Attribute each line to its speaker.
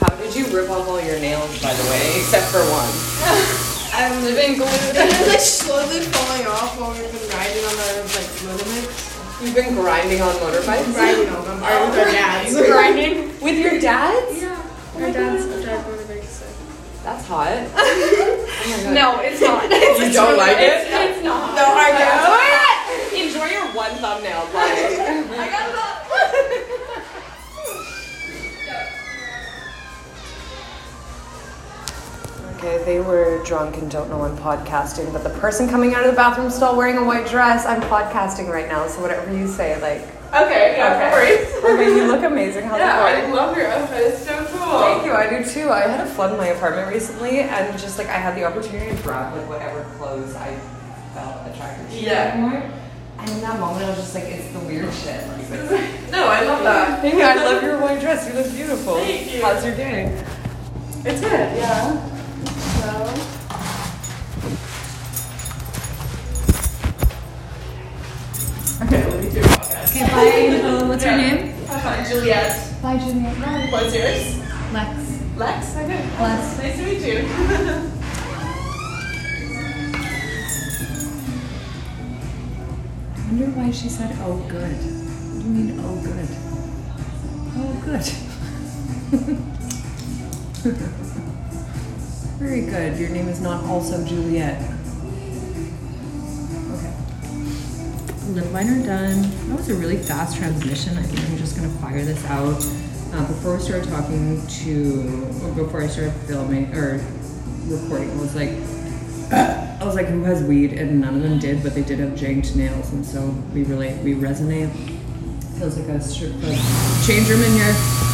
Speaker 1: How did you rip off all your nails, by the way, except for one?
Speaker 2: I'm living glued.
Speaker 3: It was like slowly falling off while we've been riding on our like motorbikes.
Speaker 1: You've been grinding on motorbikes
Speaker 3: Riding on them,
Speaker 2: Oh,
Speaker 3: or with our dads.
Speaker 2: grinding.
Speaker 1: with your dads? Oh
Speaker 3: Yeah.
Speaker 2: Our dads drive motorbikes. So.
Speaker 1: That's hot. Oh
Speaker 2: No, it's not.
Speaker 1: You don't like
Speaker 2: It's, it's not. Oh
Speaker 3: No, our dads.
Speaker 1: Enjoy your one thumbnail, Blaine.
Speaker 2: I got about.
Speaker 1: Okay, they were drunk and don't know I'm podcasting, but the person coming out of the bathroom stall wearing a white dress, I'm podcasting right now, so whatever you say, like,
Speaker 2: Okay, yeah, no worries.
Speaker 1: Irving, you look amazing. How's
Speaker 2: Yeah,
Speaker 1: it
Speaker 2: I
Speaker 1: going?
Speaker 2: love your outfit. It's so cool.
Speaker 1: Thank you, I do too. I had a flood in my apartment recently, and just like I had the opportunity to grab like whatever clothes I felt attracted to.
Speaker 2: Yeah.
Speaker 1: And in that moment, I was just like, it's the weird shit. Like,
Speaker 2: No, I love that.
Speaker 1: Hey, I love your white dress. You look beautiful.
Speaker 2: Thank you.
Speaker 1: How's your day?
Speaker 2: It's good, yeah. So. Okay, let me do a podcast.
Speaker 4: Okay, bye. What's your name?
Speaker 2: Hi, Juliet.
Speaker 4: Bye, Juliet.
Speaker 2: What's yours?
Speaker 4: Lex.
Speaker 2: Lex. Okay.
Speaker 4: Lex.
Speaker 2: Nice to meet you.
Speaker 4: I wonder why she said, oh, good. What do you mean, oh, good? Oh, good. Very good. Your name is not also Juliet. Okay. Lip liner done. That was a really fast transmission. I think I'm just gonna fire this out. Uh, before we started talking to, or before I started filming or recording, I was like, I was like, who has weed? And none of them did, but they did have janked nails, and so we relate, we resonate. Feels like a strip club change room in your